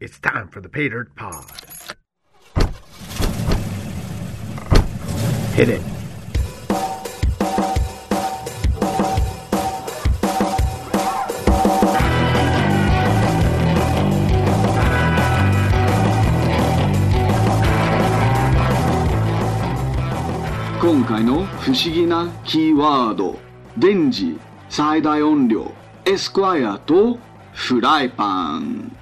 It's time for the Pay Dirt Pod. Hit it. Podcast 今回の不思議なキーワード電磁最大音量エスクワイアとフライパン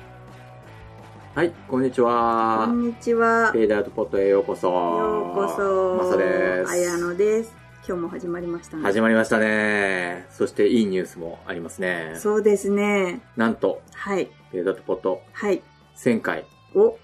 はい、こんにちこはん。にちは。ペイダートポットへようこそ。ようこそ。まさです。あやのです。今日も始まりましたね。始まりましたね。そしていいニュースもありますね。そうですね。なんと、はい。ペイダートポットはい。 1000回お、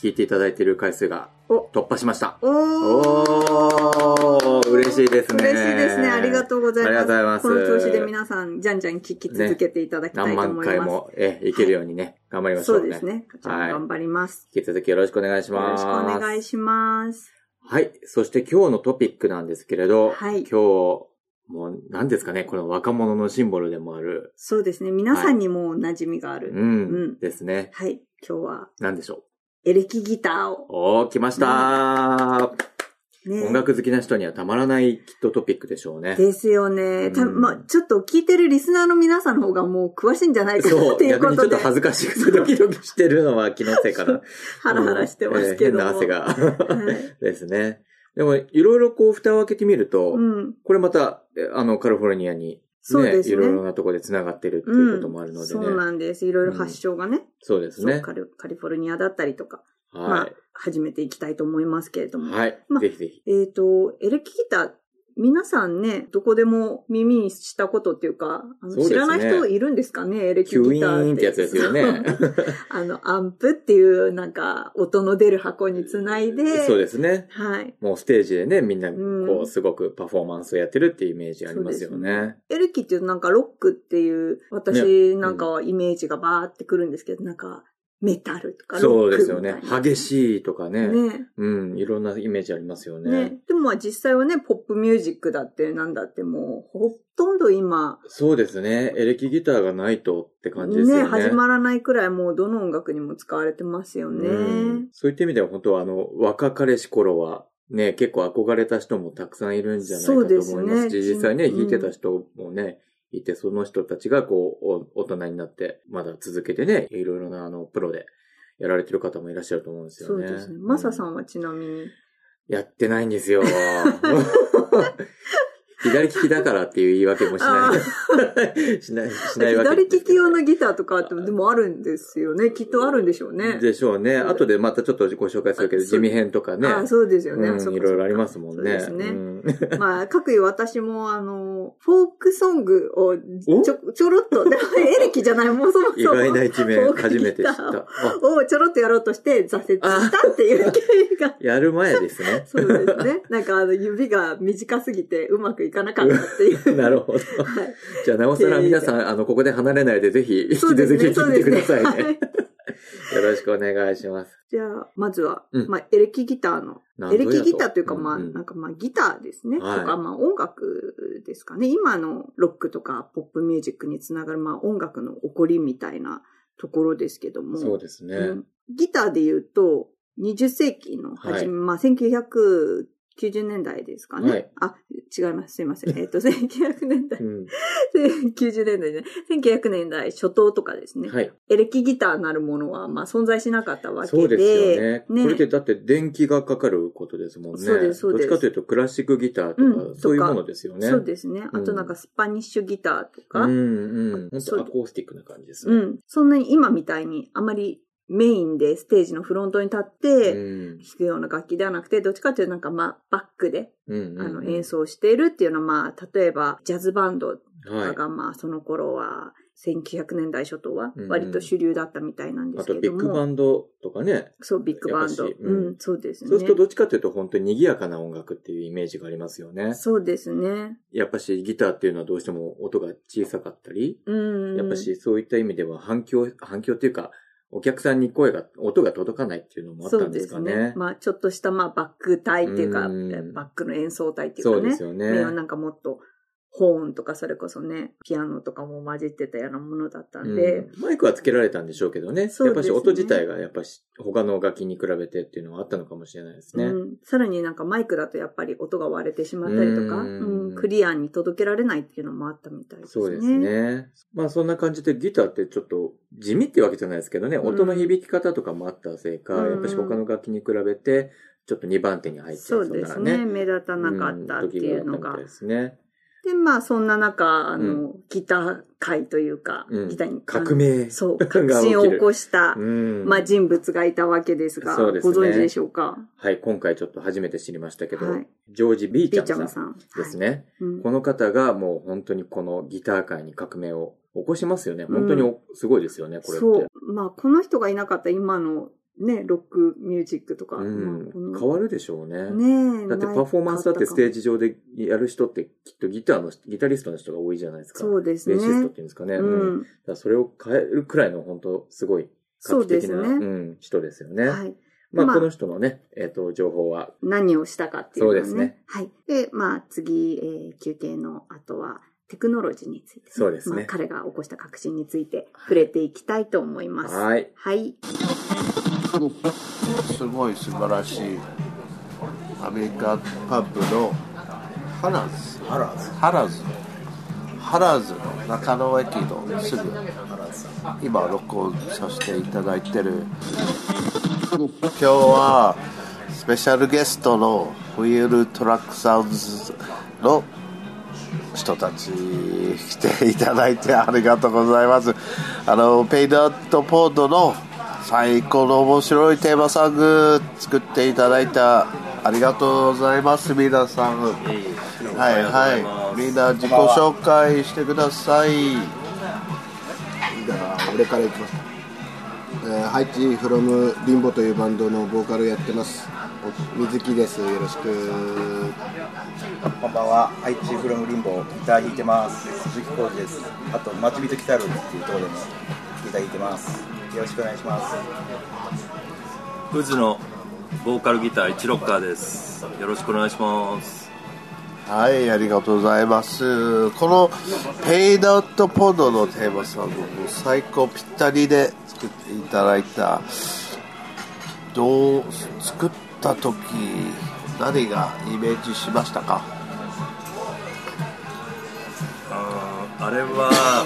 聞いていただいている回数がお、突破しました。おーおー、嬉しいですね。嬉しいですね。ありがとうございます。ありがとうございますこの調子で皆さん、じゃんじゃん聞き続けていただきたい何と万思います。回も、え、いけるようにね、頑張りましょそうね。うですね。こちらはいも頑張ります。引き続きよろしくお願いしよろましす。くお願いします。はい。そして今日のトピックなんですけれど、はい今日、もう何ですかね、この若者のシンボルでもある、そうですね。皆さんにもう馴染みがあうる。ん、うんですね。はい。今日は、何でしょエレキギターをう。おー、来ましたー、ね。音楽好きな人にはたまらないきっとトピックでしょうね。ですよね。たうんまあ、ちょっと聞いてるリスナーの皆さんの方がもう詳しいんじゃないかなそっう、ていう逆こにちょとっとで、恥ずかしくてドキドキしてるのは気のせい かな。ハラハラしてますけども。うん えー変な汗が。 はいですね。でも、いろいろこう、蓋を開けてみると、うん。これまた、えあの、カリフォルニアに、そうですねいろいろなとこで繋がってるっていうこともあるのでね。そうなんです。いろいろ発祥がね、そうですそねう。カリカリフォルニアだったりとか、まはあ、始めていきたいと思いますけれどい。も。はい。まあぜひぜひ。えっ、と、エレキギター、皆さんね、どこでも耳にしたことっていうか、あのそうですね知らない人いるんですかね、エレキキュイギターって。ーンってやつですよね。 あの、アンプっていう、なんか、音の出る 箱につないで、そうですね。はい。もうステージでね、みんな、こうう、んすごくパフォーマンスをやってるっていうイメージありますよそうね。エレキってなんかロックっていう、私なんかはイメージがバーってくるんですけど、なんかメタルとかそロうッですクよみたねい。な。激しいとかね。ね。うん、いろんなイメージありますよねね。でもまあ実際はね、ポップミュージックだってなんだってもう、ほとんど今、そうですね。エレキギターがないとって感じですよね、ね。始まらないくらいもうどの音楽にも使われてますよね。うんそういった意味では本当はあの、若彼氏頃は、ね、結構憧れた人もたくさんいるんじゃないかとそう思いでますすしね実際ね、うん弾いてた人もね、いて、その人たちがこう、お大人になって、まだ続けてね、いろいろなあの、プロでやられてる方もいらっしゃると思うんですそようね。ですね。マサさうんはちなみに。やってないんです よ。左利きだからっていう言い訳もしない。 しない、しないわけ左利き用のギターとかって、でもあるんですよね。きっとあるんでしょうね。でしょうね。後でまたちょっとご紹介するけど、あそ地う味編とかね。あそうですよね。うんそっかそっかいろいろありますもんね。 そうですね。ん まあ、各位私も、あの、フォークソングをおちょ、ちょろっと、でもエレキじゃない、もうそも意そ外も。な一面初めて知った。あをちょろっとやろうとして挫折したっていう経緯が。。やる前ですねそうです ね。なんか、あの、指が短すぎてうまくいかなかったってい う。なるほど。はいじゃあ、なおさら皆さん、あの、ここで離れないで、ぜひ、引きそう続きです聞ね。いそうてでくすださね。いはねい。。よろしくお願いします。じゃあ、まずは、うんまあ、エレキギターのエレキギターというか、まあ、んなんかまあ、ギターですね。はいとか、まあ、音楽ですかね。今のロックとかポップミュージックにつながる、まあ、音楽の起こりみたいなところですけども。そうですね。うんギターで言うと、20世紀の初め、まあ、1990年代ですかね。はいあ、違います。すいません。えっ、と、1900年 代う、ん90年代ね。1900年代初頭とかですね。はい。エレキギターなるものは、まあ、存在しなかったわけで。そうですよね。これってだって電気がかかることですもんね。そうですそうですどっちかというとクラシックギターとか、うんそういうともかのですよね。そうですね。うあんとなんかスパニッシュギターとか、ううんん、うん。本そう当アコースティックな感じですうね。ん。そんなに今みたいにあまりメインでステージのフロントに立ってん。弾くような楽器ではなくて、どっちかというとなんかまあバックでうん。あの演奏しているっていうのはまあ例えばジャズバンドとはかい。がまあその頃は1900年代初頭はうん割と主流だったみたいなんであすけとビッどグも。バンドとかね。そう、ビッグバンド。やっぱしううんん、そうですね。そうするとどっちかというと本当に賑やかな音楽っていうイメージがありますよね。そうですね。やっぱしギターっていうのはどうしても音が小さかったり、うん。やっぱしそういった意味では反響、反響っていうか、お客さんに声が、音が届かないっていうのもあったそうんでですすかねね。。まあ、ちょっとした、まあ、バック隊っていうか、うんバックの演奏隊っていうそかうでねす。よ目をねな。んかもっとホーンとかそれこそね、ピアノとかも混じってたようなものだったんで、うんマイクはつけられたんでしょうけどね。そうやっでぱすしね音自体がやっぱし他の楽器に比べてっていうのはあったのかもしれないですね。うん、さらになんかマイクだとやっぱり音が割れてしまったりとか、ううんんクリアに届けられないっていうのもあったみたいですね。そうですね。まあそんな感じでギターってちょっと地味ってわけじゃないですけどね、うん音の響き方とかもあったせいか、うんやっぱし他の楽器に比べてちょっと2番手に入っちゃそううですなね目立たなかったっていうのん時あったが。みたいですね。で、まあそんな中、あの、ギター界というか、うんギターにあの革命。そう、が起きる革新を起こした、うん。まあ人物がいたわけですが、そうですごね存知でしょうかはい、今回ちょっと初めて知りましたけど、はいジョージ・ B ピちーゃんちさゃんんさん。ですね。ね。うんこの方がもう本当にこのギター界に革命を起こしますよね。本当におすごいですよね、これって。そう。まあこの人がいなかった今のね、ロックミュージックとか、うんまあこの変わるでしょうね。ねえだってパフォーマンスだってステージジ上でやる人ってきっとギターの、ギタリストの人が多いじゃないですか。そうですねベーシストっていうんですかね。うだん。からそれを変えるくらいの本当すごいそ画う期で的すな、ね。うん、人ですよね。はい。まあ、まあこの人のね、えっ、と、情報は、何をしたかっていうのはね。そうですねはい。で、まあ次、えー休憩の後は、テクノロジーについて、そうですねまあ彼が起こした革新について触れていきたいと思います。はい。はい。すごい素晴らしいアメリカパブのハラズハラズハラズハラズの中野駅のすぐ今録音させていただいてる今日はスペシャルゲストのウィールトラックサウンズの人たち来ていただいてありがとうございますあのペイナットポードの最高の面白いテーマソング作っていただいたありがとうございます皆さんはいはいみんな自己紹介してくださいだから俺から行きます、えーハイチフロムリンボというバンドのボーカルをやってますお水木ですよろしくこんばんは、愛知フロムリンボー、ギター弾いてます。鈴木浩二です。あと、町人北郎っていうところでもギター弾いてます。よろしくお願いします。ウズのボーカルギター一ロッカーです。よろしくお願いします。はい、ありがとうございます。このペイナットポンドのテーマソング、もう最高ぴったりで作っていただいた。どう作った時、何がイメージしましたか。あーあれは、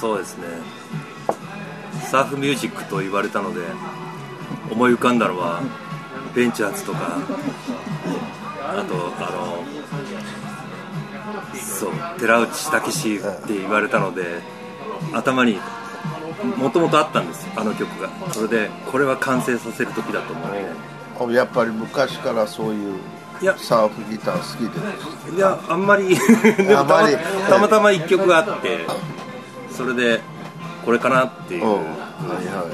そうですね。サーフミュージックと言われたので、思い浮かんだのは、ベンチャーズとか、あと、あの、そう、寺内武志って言われたので、頭にもともとあったんです、あの曲が。それで、これは完成させる時だと思うので。やっぱり昔からそういういやサーフギター好きで。いやあんまり であもたんままりたまたま1曲あってそれでこれかなっていううんのを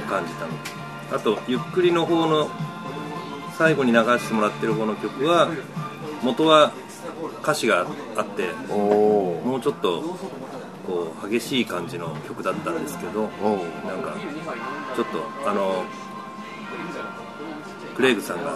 感じたのあとゆっくりの方の最後に流してもらってる方の曲は元は歌詞があっておおもうちょっとこう激しい感じの曲だったんですけどー。おーなんかちょっとあのクレイグさんが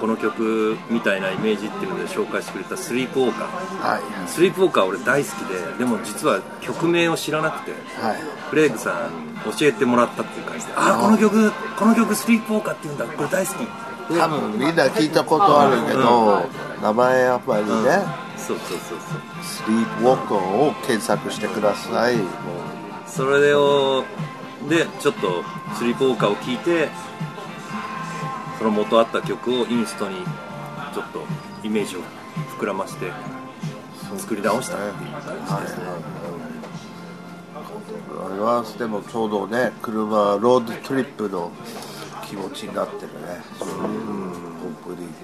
この曲みたいなイメージっていうので紹介してくれた「スリープウォーカー」はい、スリープウォーカー俺大好きででも実は曲名を知らなくてはい、クレイグさんに教えてもらったっていう感じでああこの曲この曲スリープウォーカーっていうんだこれ大好き多分みんな聞いたことあるけど、名前やっぱりね。そうそうそうそうスリープウォーカーを検索してください。もうそれをでちょっとスリープウォーカーを聴いてその元あった曲をインストにちょっとイメージを膨らまして作り直したっていう感じですねあれはでもちょうどね、車ロードトリップの気持ちになってるね。そういうオープニング。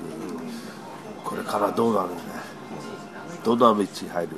これからどうなるね。どんな道入る。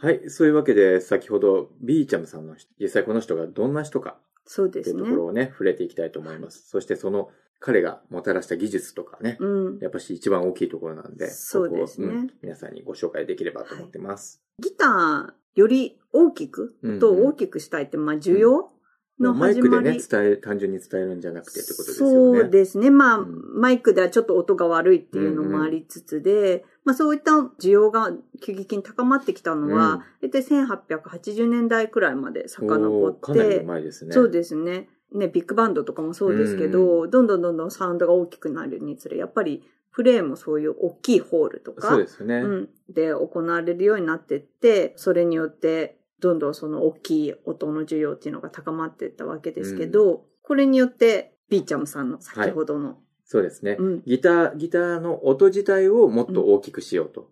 はい、そういうわけで先ほど B ちゃんさんの実際この人がどんな人かそうでっていうすとねこ。ろをね、触れていきたいと思います。そしてその彼がもたらした技術とかね、うん。やっぱし一番大きいところなんで、そうですねここをん皆さんにご紹介できればと思ってます。ギターより大きく、うんうん音を大きくしたいって、まあ需要もうのマイ始クまでり。ね、伝え、単純に伝えるんじゃなくてってことですよね。そうですね。まあ、うんマイクではちょっと音が悪いっていうのもありつつで、まあそういった需要が急激に高まってきたのは、大体1880年代くらいまで遡おっーかなりて、前ですね。そうですね。ね、ビッグバンドとかもそうですけど、どんどんどんどんサウンドが大きくなるにつれ、やっぱりプレイもそういう大きいホールとか、そうですね。うん、で行われるようになってってそれによってどんどんその大きい音の需要っていうのが高まっていったわけですけど、これによってビーチャムさんの先ほどの、そうですね。うんギター、ギターの音自体をもっと大きくしようと。はい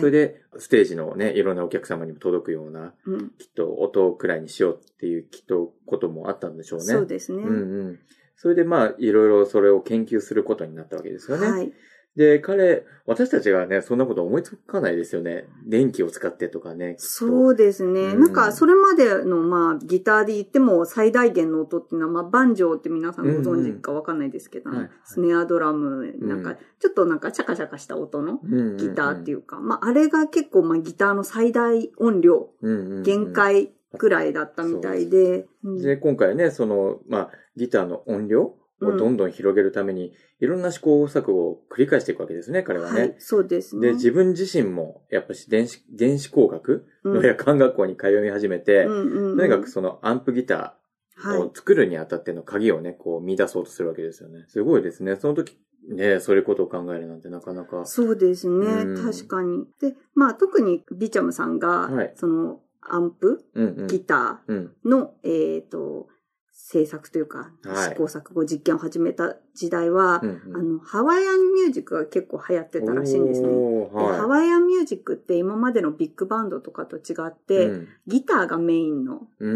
それで、ステージのね、いろんなお客様にも届くような、うんきっと音くらいにしようっていう、きっとこともあったんでしょうね。そうですうね。んうん。それでまあ、いろいろそれを研究することになったわけですよね。はい、で、彼、私たちがね、そんなこと思いつかないですよね。電気を使ってとかね。きっとそうですね。うんなんか、それまでの、まあ、ギターで言っても最大限の音っていうのは、まあ、バンジョーって皆さんご存知かわかんないですけど、うんうんはいはいスネアドラム、なんうんか、ちょっとなんか、シャカシャカした音のうんうんうんギターっていうか、まあ、あれが結構、まあ、ギターの最大音量うんうんうん限界ぐらいだったみたいで、うんで、今回ね、その、まあ、ギターの音量をどんどん広げるために、いろんな試行錯誤を繰り返していくわけですね、彼はね。はい、そうですね。で、自分自身も、やっぱし電子、電子工学うのん夜間学校に通い始めて、うんうんうんとにかくそのアンプギタはーをい、作るにあたっての鍵をね、こう見出そうとするわけですよね。すごいですね。その時、ね、そういうことを考えるなんてなかなか。そうですね、うん確かに。で、まあ特にビチャムさんが、はいそのアンプ、うんうん。ギタうん。ーの、えっ、と、制作というか、はい試行錯誤実験を始めた時代は、うんうんあの、ハワイアンミュージックが結構流行ってたらしいんですね。おーでハはワイアンミュージックって今までのビッグバンドとかと違っい。て、うんギターがメインのう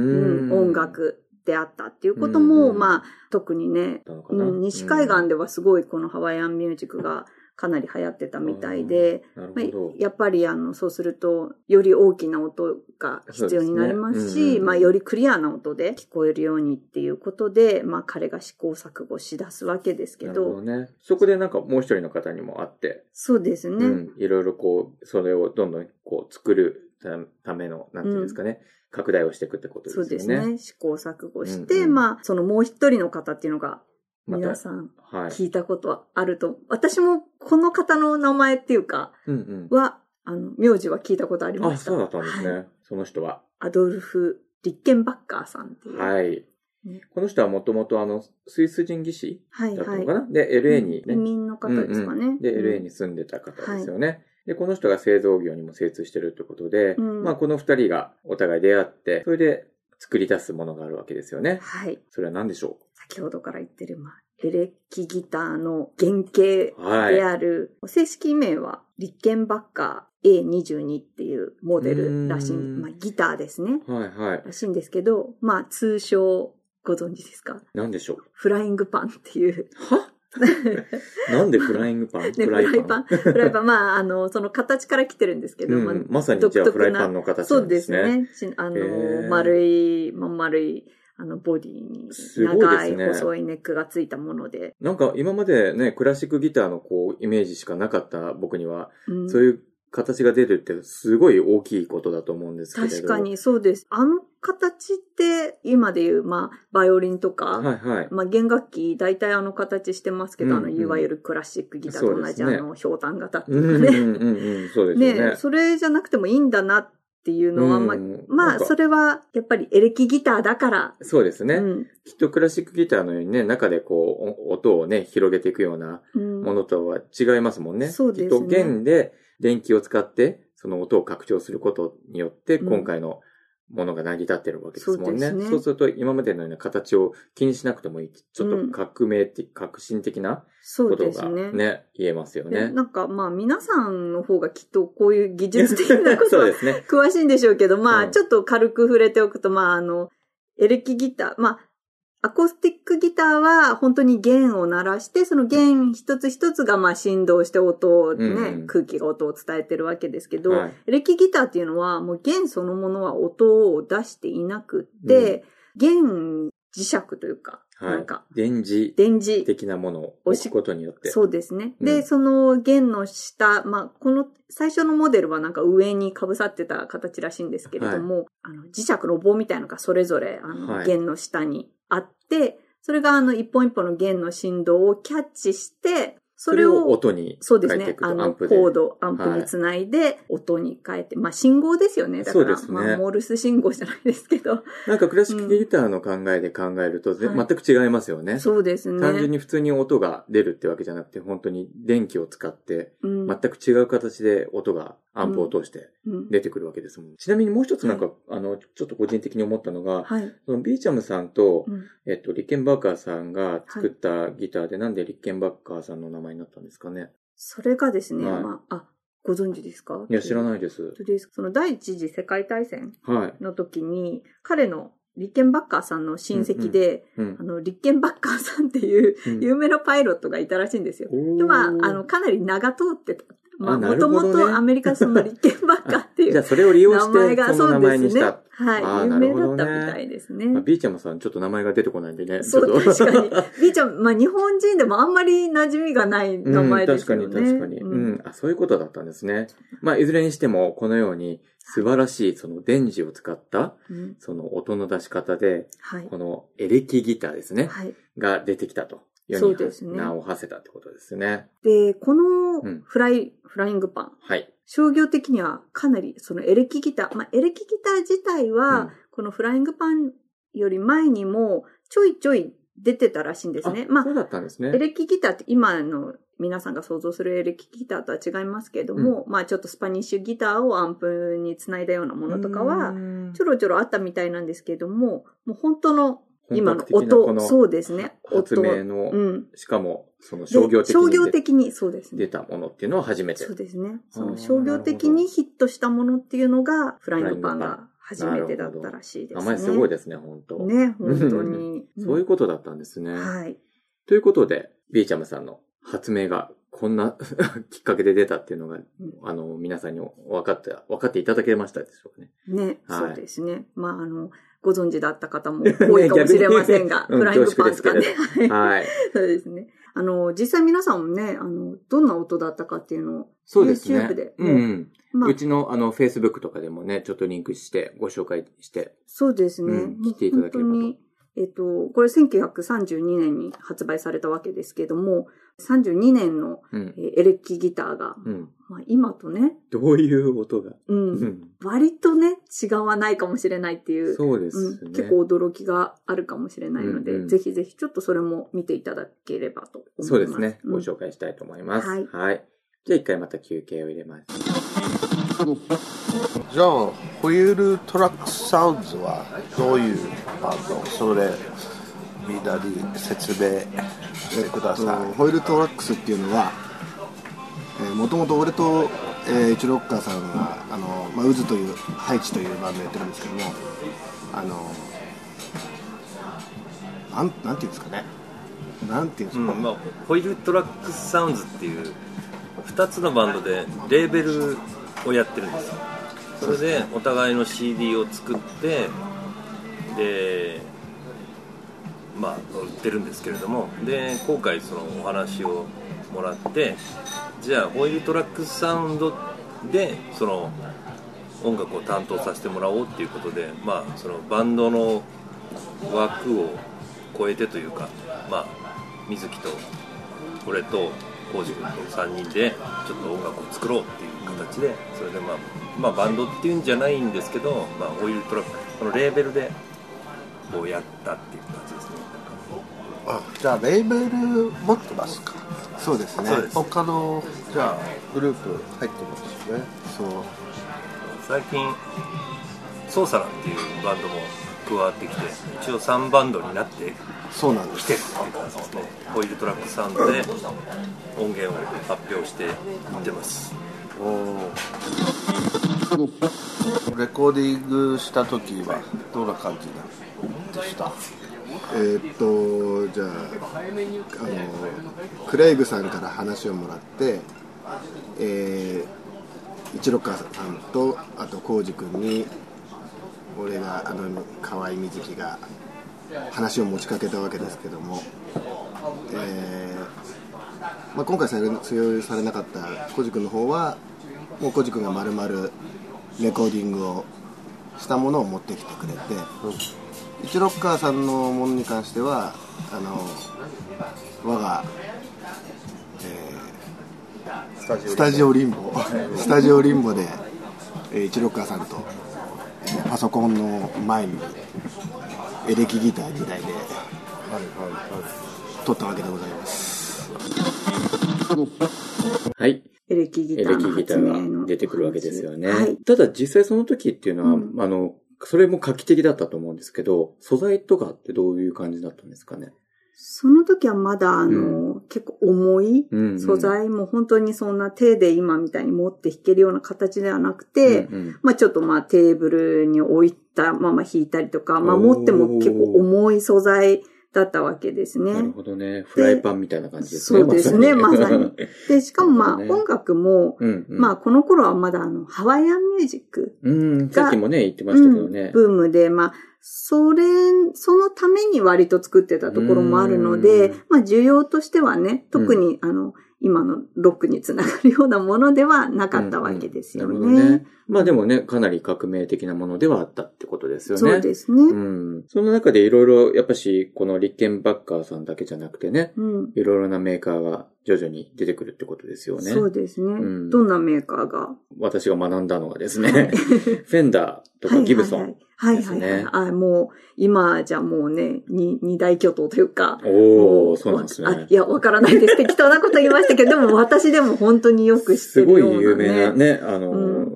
ん音楽であったっていうことも、うんまあ、特にね、だったのかなうん、西海岸ではすごいこのハワイアンミュージックがかなり流行ってたみたいで、なるまあほど。やっぱりあの、そうすると、より大きな音が必要になりますそうですねうんし、うんうんまあ、よりクリアな音で聞こえるようにっていうことで、まあ、彼が試行錯誤しだすわけですけなど、るほどね。そこでなんかもう一人の方にも会って、そうですね。うん、いろいろこう、それをどんどんこう作るたための、なんていうんですかね、拡大をしていくってことですそよね。うですね。。試行錯誤して、うんうんまあ、そのもう一人の方っていうのが、ま皆た、さんはい。聞いたことはあると、私もこの方の名前っていうか、うんは、あの、名字は聞いたことありうん。まあ、した。そうだったんですね。はいその人は。アドルフ・リッケンバッカーさんっていう。はい。はいね。この人はもともとあの、スイス人技師はいだったはのいかな、で、LA にね。移民の方ですかね。うんうんで、LA に住んでた方ですよね。で、この人が製造業にも精通してるってことで、うんまあ、この二人がお互い出会って、それで作り出すものがあるわけですよね。はい。それは何でしょ先ほどから言ってる、まあ、エレキギターの原型うはい。である、正式名は、リッケンバッカー A22 っていうモデルらしい、うんまあ、ギターですね。はいはい。らしいんですけど、まあ、通称、ご存知ですか何でしょうフライングパンっていう。はなんでフライングパン、 ね、フフラライイパパンン。フライパン、まあ、あの、その形から来てるんですけど、まあうん、まさにじゃあフ独ラ特イなパンの形そなうんでですすね。ね。しあへーの、丸い、まあ、丸い、あの、ボディにすごいです長ねい細いネックがついたもので。なんか今までね、クラシックギターのこう、イメージしかなかった僕には、うんそういう形が出るってすごい大きいことだと思うんですけれど。確か。にそうです。あの形って、今でいう、まあ、バイオリンとか、はいはい。まあ、弦楽器、大体あの形してますけど、うんあうんの、いわゆるクラシックギターとそう同ですじ、ねあの、ひょうたん型ってういんううんかね。うんうん、そうですよね。ね、それじゃなくてもいいんだなっていうのは、うんまあ、なまんあ、かそれはやっぱりエレキギターだから、そうですね、うんきっとクラシックギターのようにね、中でこう、お音をね、広げていくようなうんものとは違いますもんね。そうですねきっと弦で電気を使って、その音を拡張することによって、うん今回のものが成り立ってるわけですもんね。そうですねそうすると、今までのような形を気にしなくてもいい。ちょっと革命的、革新的なそこうとですがね。ね、言えますよでね。なんかまあ皆さんの方がきっとこういう技術的なことそうはですね。詳しいんでしょうけど、まうあんちょっと軽く触れておくと、まああの、エレキギター、まあアコースティックギターは本当に弦を鳴らして、その弦一つ一つがまあ振動して音をね、うんうん空気が音を伝えてるわけですけど、はい。エレキギターっていうのは、もう弦そのものは音を出していなくって、弦磁石というか、はないんか。電磁電磁的なものを置くことによって。そうですね。うんで、その弦の下、まあ、この最初のモデルはなんか上に被さってた形らしいんですけれども、あの磁石の棒みたいのがそれぞれあの、はい弦の下にあって、それがあの一本一本の弦の振動をキャッチして、そそれれをを音にそうで変すえていね。くと、アあの、ンコプで。ード、アンプにつないで、音に変えて、まあ、信号ですよね。だかそうら、ですねまあ、モールス信号じゃないですけど。なんかクラシックギターの考えで考えると、ぜはい全く違いますよね。そうですね。単純に普通に音が出るってわけじゃなくて、本当に電気を使って、うん、全く違う形で音がアンプを通してうん出てくるわけですもん。ちなみにもう一つなんか、あの、ちょっと個人的に思ったのが、はい。そのビーチャムさんとう、んえっと、リッケンバーカーさんが作ったギターで、なんでリッケンバーカーさんの名前になったんですかねそれがですね、はいまあ、あ、ご存知ですかいや、知らい。ないです。本当ですかその第一次世界大戦はい。の時に、彼のリッケンバッカーさんの親戚で、うん。あの、リッケンバッカーさんっていううん有名なパイロットがいたらしいんですよ。おーで、まあ、あの、かなり長通ってた。まあ、あなもるとほどもねとアメリカそのリッケンバッカーっていじゃあ、うそれを利用名前して、が、その名そうで前にすしね。た。あはーい。有なる名だほどねったみたいですね。まあビーチャムさん、ちょっと名前が出てこないんでね。そう、ちょっと確かに。ビーちゃん、まあ日本人でもあんまり馴染みがない名前ですよね。うん、確かに確かに、ううんんあ。そういうことだったんですね。まあ、いずれにしても、このように素晴らしい、その電磁を使った、うんその音の出し方で、はい。このエレキギターですね、はい。が出てきたと。世そにうですね名を馳せたってことですね。で、このうんフライ、フライングパン、はい。商業的にはかなりそのエレキギター、まあ、エレキギター自体は、うんこのフライングパンより前にもちょいちょい出てたらしいんですね。まあそう、だったんですね。エレキギターって今の皆さんが想像するエレキギターとは違いますけれども、まあちょっとスパニッシュギターをアンプにつないだようなものとかは、うんちょろちょろあったみたいなんですけれども、もう本当の今本の格的なこ音、のそうですね、発音。明の、うん。しかも、そので商業的商業に出的に、そうですね出。たものっていうのは初めてそう。ですね。そあーの商業的にヒットしたものっていうのが、フライングパンが初めてだったらしいです名ね。前すごいですね、本当ね、本当に。 そういうことだったんですね。はい。ということで、ビーチャムさんの発明がこんな きっかけで出たっていうのが、あの、皆さんに分かって、分かっていただけましたでしょうかね。ね、はいそうですね。まあ、あの、ご存知だった方も多いかもしれません が、ね逆にフライングパンとかね。はいはい。そうですね。あの、実際皆さんもね、あの、どんな音だったかっていうのを、そうですね。 YouTube でうんうん。まあう、ちの、あの、Facebook とかでもね、ちょっとリンクして、ご紹介して。そうですね。うん来ていただければともう本当にえっ、と、これ1932年に発売されたわけですけども、32年のうんえ。ーエレキギターが、うん。まあ、今とね、どういう音が。う、うんん。割とね、違わないかもしれないっていう、そうですうんね。結構驚きがあるかもしれないので、うんうんぜひぜひちょっとそれも見ていただければと思います。そうですね。んご紹介したいと思います。はいはい。じゃあ一回また休憩を入れます。じゃあホイールトラックサウンズはどういうバンドそれみんなに説明してくだえっさとホイールトラックスっていうのはもともと俺と、えー、一六花さんがあの、まあ、渦というハイチというバンドやってるんですけどもあのなんなんていうんですかねなんていうんですうかね、んまあ、ホイールトラックスサウンズっていう2つのバンドでレーベルをやってるんですよそれでお互いの CD を作ってでまあ売ってるんですけれどもで今回そのお話をもらってじゃあホイールトラックスサウンドでその音楽を担当させてもらおうっていうことでまあそのバンドの枠を超えてというかまあ水木と俺と浩司君と3人でちょっと音楽を作ろうっていう形でそれでまあ、まあ、バンドっていうんじゃないんですけど、まあ、オイルトラックこのレーベルでこうやったっていう感じですねあじゃあレーベル持ってますかそうですねそうです他のじゃあグループ入ってますよねそう最近ソーサラっていうバンドも加わってきて一応3バンドになってそうなんで来すてるっていう感じですねオイルトラックサウンドで音源を発表していってますレコーディングした時はどんな感じでしたえーっとじゃああのクレイグさんから話をもらって、えー、一六花さんとあと浩二君に俺があの河合瑞希が話を持ちかけたわけですけども、えーまあ、今回採用採用されなかったコジ君の方はもうコジ君がまるまるレコーディングをしたものを持ってきてくれて、一ロッカーさんのものに関してはあの我が、えースタジオスタジオリンボスタジオリ ンボで、えー、一六川さんと、えーパソコンの前にエレキギター2台で撮ったわけでございますはい。エレキギエターレのキギタ発明のーが出てくるわけですよね。はい。ただ実際その時っていうのは、うんあの、それも画期的だったと思うんですけど、素材とかってどういう感じだったんですかね。その時はまだ、あの、結構重いうんうん素材も本当にそんな手で今みたいに持って弾けるような形ではなくて、うんうんまあちょっとまあテーブルに置いたまま弾いたりとか、まあおー持っても結構重い素材だったわけですなるね。ほどね。フライパンみたいな感じですね。そうですねまさにで、しかもまあなるほどね音楽も、 うんうん、まあこの頃はまだあのハワイアンミュージックうん、さっきもね、言ってましたけどねうん。ブームで、まあ、それ、そのために割と作ってたところもあるのでうん、まあ、需要としてはね、特に、あの、今のロックにつながるようなものではなかったわけですよね。うんうんなるほどね。まあでもね、かなり革命的なものではあったってことですよね。。そうですすね。うん。その中でいろいろ、やっぱし、このリッケンバッカーさんだけじゃなくてね、うん。いろいろなメーカーが徐々に出てくるってことですよね。そうですね、うんどんなメーカーが。私が学んだのがですね、 フェンダーとかギブソン。はいはいですはい。ねはいはいはいあもう、今じゃもうね、に二大巨頭というか。おもー、そうなんですあねい。や、わからないです。適当なこと言いましたけど、でも私でも本当によく知すってごるいような、ね。有名なね、あの、うん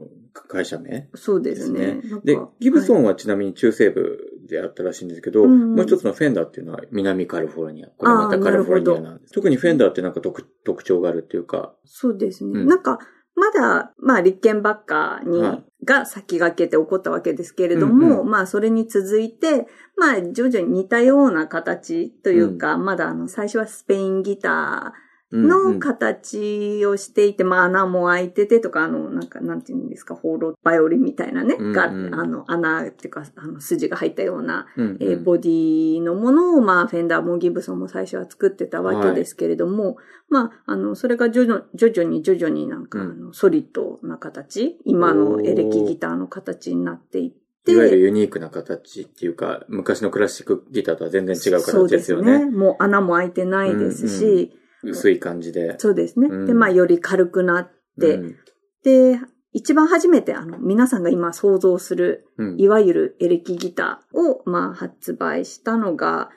会社名そうでですすねね。でなんか、ギブソはいンはちなみに中西部であったらしいんですけど、うんもう一つのフェンダーっていうのは南カリフォルニア。これまたカリフォルニアなんです。特にフェンダーってなんか特特徴があるっていうか、そうですね。うんなんか、まだ、まあ、立憲ばっかに、はいが先駆けて起こったわけですけれども、うんうまあ、それに続いて、まあ、徐々に似たような形というか、まだ、あの、最初はスペインギターうんうんの形をしていて、まあ、穴も開いててとか、あの、なんか、なんていうんですか、ホーローバイオリンみたいなね、うんうんが、あの、穴っていうか、あの、筋が入ったような、うんうんえーボディのものを、まあ、フェンダーもギブソンも最初は作ってたわけですけれども、まあ、あの、それが徐々徐々に徐々になんか、うんあのソリッドな形、今のエレキギターの形になっていって、いわゆるユニークな形っていうか、昔のクラシックギターとは全然違うそう形でですすよね。ね。もう穴も開いてないですし、うん薄い感じで。そうですね。うんで、まあ、より軽くなって、うんで、一番初めて、あの、皆さんが今想像する、うんいわゆるエレキギターを、まあ、発売したのが、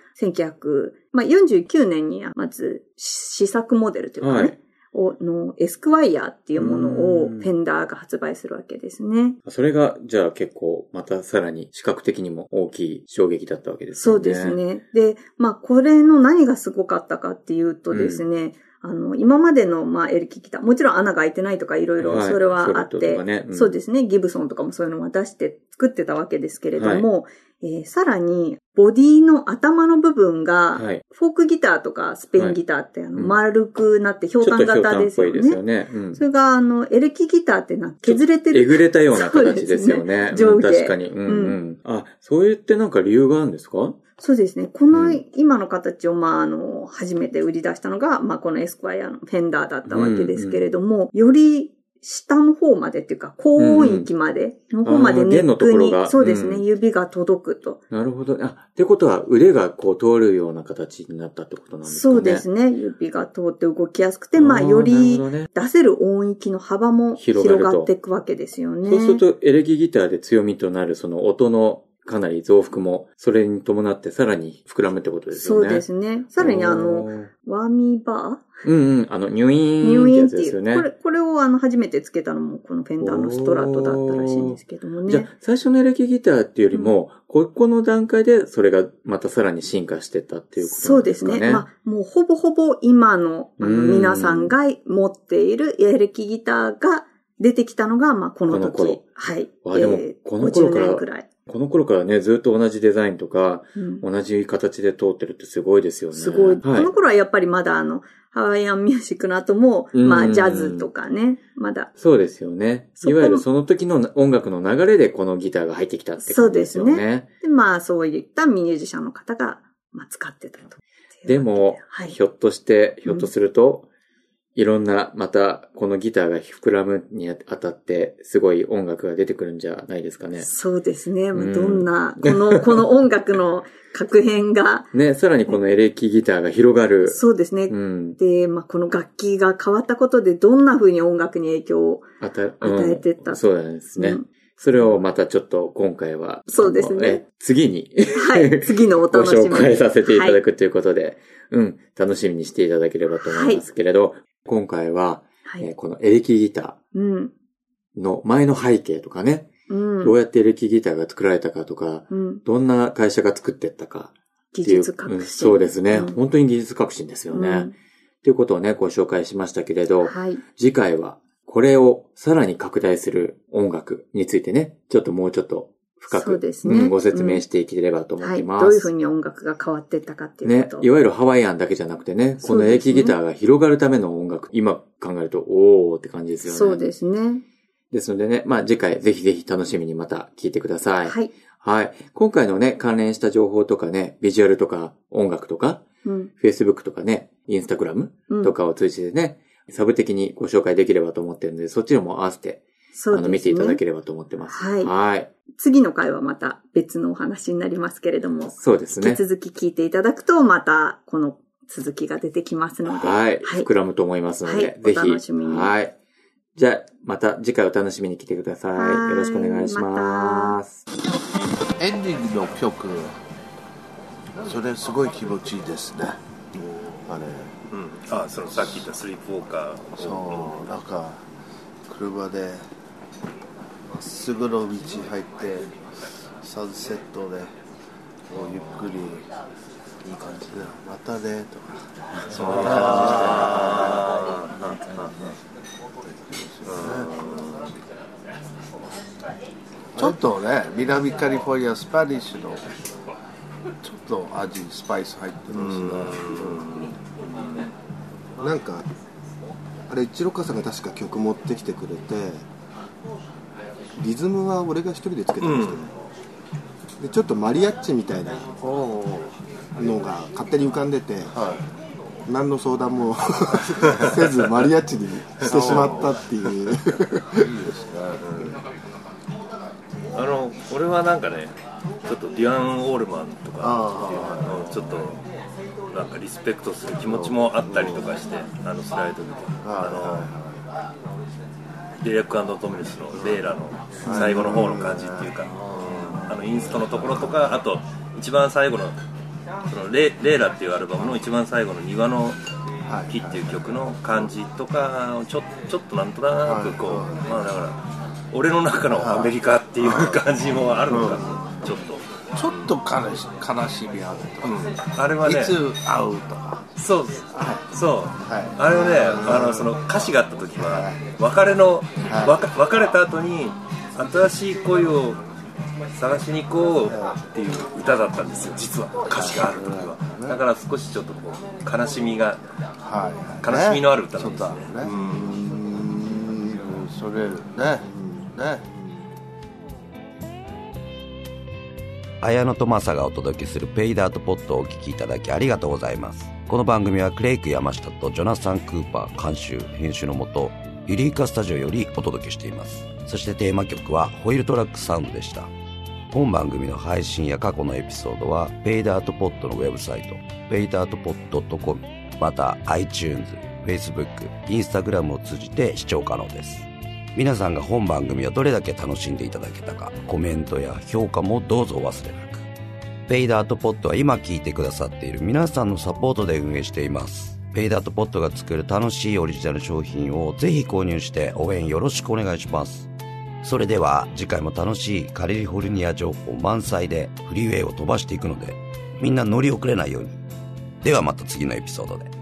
1949年に、まず、試作モデルというかね、はい。をのエスクワイヤーっていうものをうフんェンダーが発売するわけですね。それが、じゃあ結構、またさらに視覚的にも大きい衝撃だったわけですそようね。です。ね。で、まあ、これの何がすごかったかっていうとですね、あの、今までの、まあ、エレキギター、もちろん穴が開いてないとかいろいろはいそれはあっソリッドて、とかねうんそうですね、ギブソンとかもそういうのを出して作ってたわけですけれども、えーさらに、ボディの頭の部分が、はいフォークギターとかスペインギターって、あうのん丸くなって、ちょっと氷管ひょうた型んでっすぽいよですよね。ね。うんそれが、あの、エレキギターってなんか削れてえる。ぐれたような形ですよね。そうですうんね確かに。うんうん。あ、そう言ってなんか理由があるんですかそうですね。この、うん今の形を、まあ、あの、初めて売り出したのが、まあ、このエスクワイアのフェンダーだったわけですけれども、より下の方までっていうか、高音域まで、の方まあでーネ弦ッのとクこにろが、そうですね、うん指が届くと。なるほど。あ、ってことは腕がこう通るような形になったってことなんですかね。そうですね。指が通って動きやすくて、まあ、ーよりなるほどね出せる音域の幅も広広がるとがっていくわけですよね。そうするとエレキギターで強みとなるその音のかなり増幅も、それに伴ってさらに膨らむってことですそようね。ですね。さらに、あおの、ー、ワーミーバーうんうん、あの、ニュイニーンっューてインやっつてでいすう、よね。これ、これをあの、初めてつけたのも、このフェンダーのストラットだったらしいんですけどもね。じゃあ、最初のエレキギターっていうよりも、ここの段階でそれがまたさらに進化してったっていうことそなうんでですすかね。ね。まあ、もうほぼほぼ今のあうのん皆さんが持っているエレキギターが出てきたのが、まあ、このこの時頃。はい。あでもえーこの頃から50年くらい。この頃からね、ずっと同じデザインとか、うん同じ形で通ってるってすごいですよね。すごい。こはいの。頃はやっぱりまだあの、ハワイアンミュージックの後も、うんまあ、ジャズとかね、まだ。そうですよね。そこいもわゆるその時の音楽の流れでこのギターが入ってきたってそ感うじでですすよねね。で、まあ、そういったミュージシャンの方が、まあ、使ってたと。でも、はいひょっとして、ひょっとすると、いろんな、また、このギターが膨らむにあたって、すごい音楽が出てくるんじゃないですかね。そうですね。もううんど んな、この、この音楽の格変が、ね、さらにこのエレキギターが広がる。そうですね。うん。で、まあ、この楽器が変わったことで、どんな風に音楽に影響 を、あた、うん与えてったそうなんですね。うんそれをまたちょっと今回は。そうですねあのえ次 にはい、次のおご楽し紹みに。介させていただくく。ということで、うん、楽しみにしていただければと思いますけれど、今回は、はえーい。このエレキギタうん。ーの前の背景とかね、うんど。うやってエレキギターが作られたかとか、うん、どんな会社が作ってったか技っていう。術革うん新。そうですね、うん本当に技術革新ですよね。うんということをね、ご紹介しましたけれど、はい。次回はこれをさらに拡大する音楽についてね、ちょっともうちょっと深そうく、ですねんご説明していければと思っはていい。ます。どういうふうに音楽が変わっていったかっていうねこと。、いわゆるハワイアンだけじゃなくてね、こそうですねのエレキギターが広がるための音楽、今考えると、おーって感じですよね。そうですね。ですのでね、まあ次回ぜひぜひ楽しみにまた聞いてください。はい。はい。今回のね、関連した情報とかね、ビジュアルとか音楽とか、うん。 Facebook とかね、Instagram うんとかを通じてね、サブ的にご紹介できればと思ってるので、そっちらも合わせて、そうあですの、ね。見ていただければと思ってます。はいはい。次の回はまた別のお話になりますけれども、そうです引きね。続き聞いていただくと、またこの続きが出てきますので。はい。はい膨。らむと思いますので、はいぜひ。お楽しみにはい。じゃあ、また次回お楽しみに来てください。はいよろしくお願いします。エンディングの曲それすごい気持ちいいですねあれうん、あそのさっき言ったスリープウォーカーをそうなんか車でまっすぐの道入ってサンセットでこうゆっくりいい感じで「またね」とかそういう感じでちょっとね南カリフォルニアスパニッシュのちょっと味スパイス入ってますねなんかあれ一郎さんが確か曲持ってきてくれてリズムは俺が一人でつけてましたね、でちょっとマリアッチみたいなのが勝手に浮かんでて、何の相談も せずマリアッチにしてしまったっていうあの俺はなんかねちょっとデュアン・オールマンとかあのちょっとなんかリスペクトする気持ちもあったりとかしてあのスライド見てあのディレックトミルスのレイラの最後の方の感じっていうかあのインストのところとかあと一番最後のそのレイレイラっていうアルバムの一番最後の「庭の木」っていう曲の感じとかをちょちょっとなんとなくこうまあだから俺の中のアメリカっていう感じもあるのかちょっと、ちょっと悲し悲しみあるとかうん、あれはねいつ会うとかそうそう、はいあれはねあのその歌詞があった時は別れの、わか別れた後に新しい恋を探しに行こうっていう歌だったんですよ実は歌詞がある時はだから少しちょっとこう悲しみがはい悲しみのある歌ちなょんっでとすあよねるねうんそれねね綾野とマサがお届けするペイダートポットをお聞きいただきありがとうございます。この番組はクレイク山下とジョナサン・クーパー監修、編集のもと、ユリーカスタジオよりお届けしています。そしてテーマ曲はホイールトラックサウンドでした。本番組の配信や過去のエピソードは、ペイダートポットのウェブサイト、ペイダートポット .com、また iTunes、Facebook、Instagram を通じて視聴可能です。皆さんが本番組をどれだけ楽しんでいただけたかコメントや評価もどうぞお忘れなくペイダートポットは今聞いてくださっている皆さんのサポートで運営していますペイダートポットが作る楽しいオリジナル商品をぜひ購入して応援よろしくお願いしますそれでは次回も楽しいカリフォルニア情報満載でフリーウェイを飛ばしていくのでみんな乗り遅れないようにではまた次のエピソードで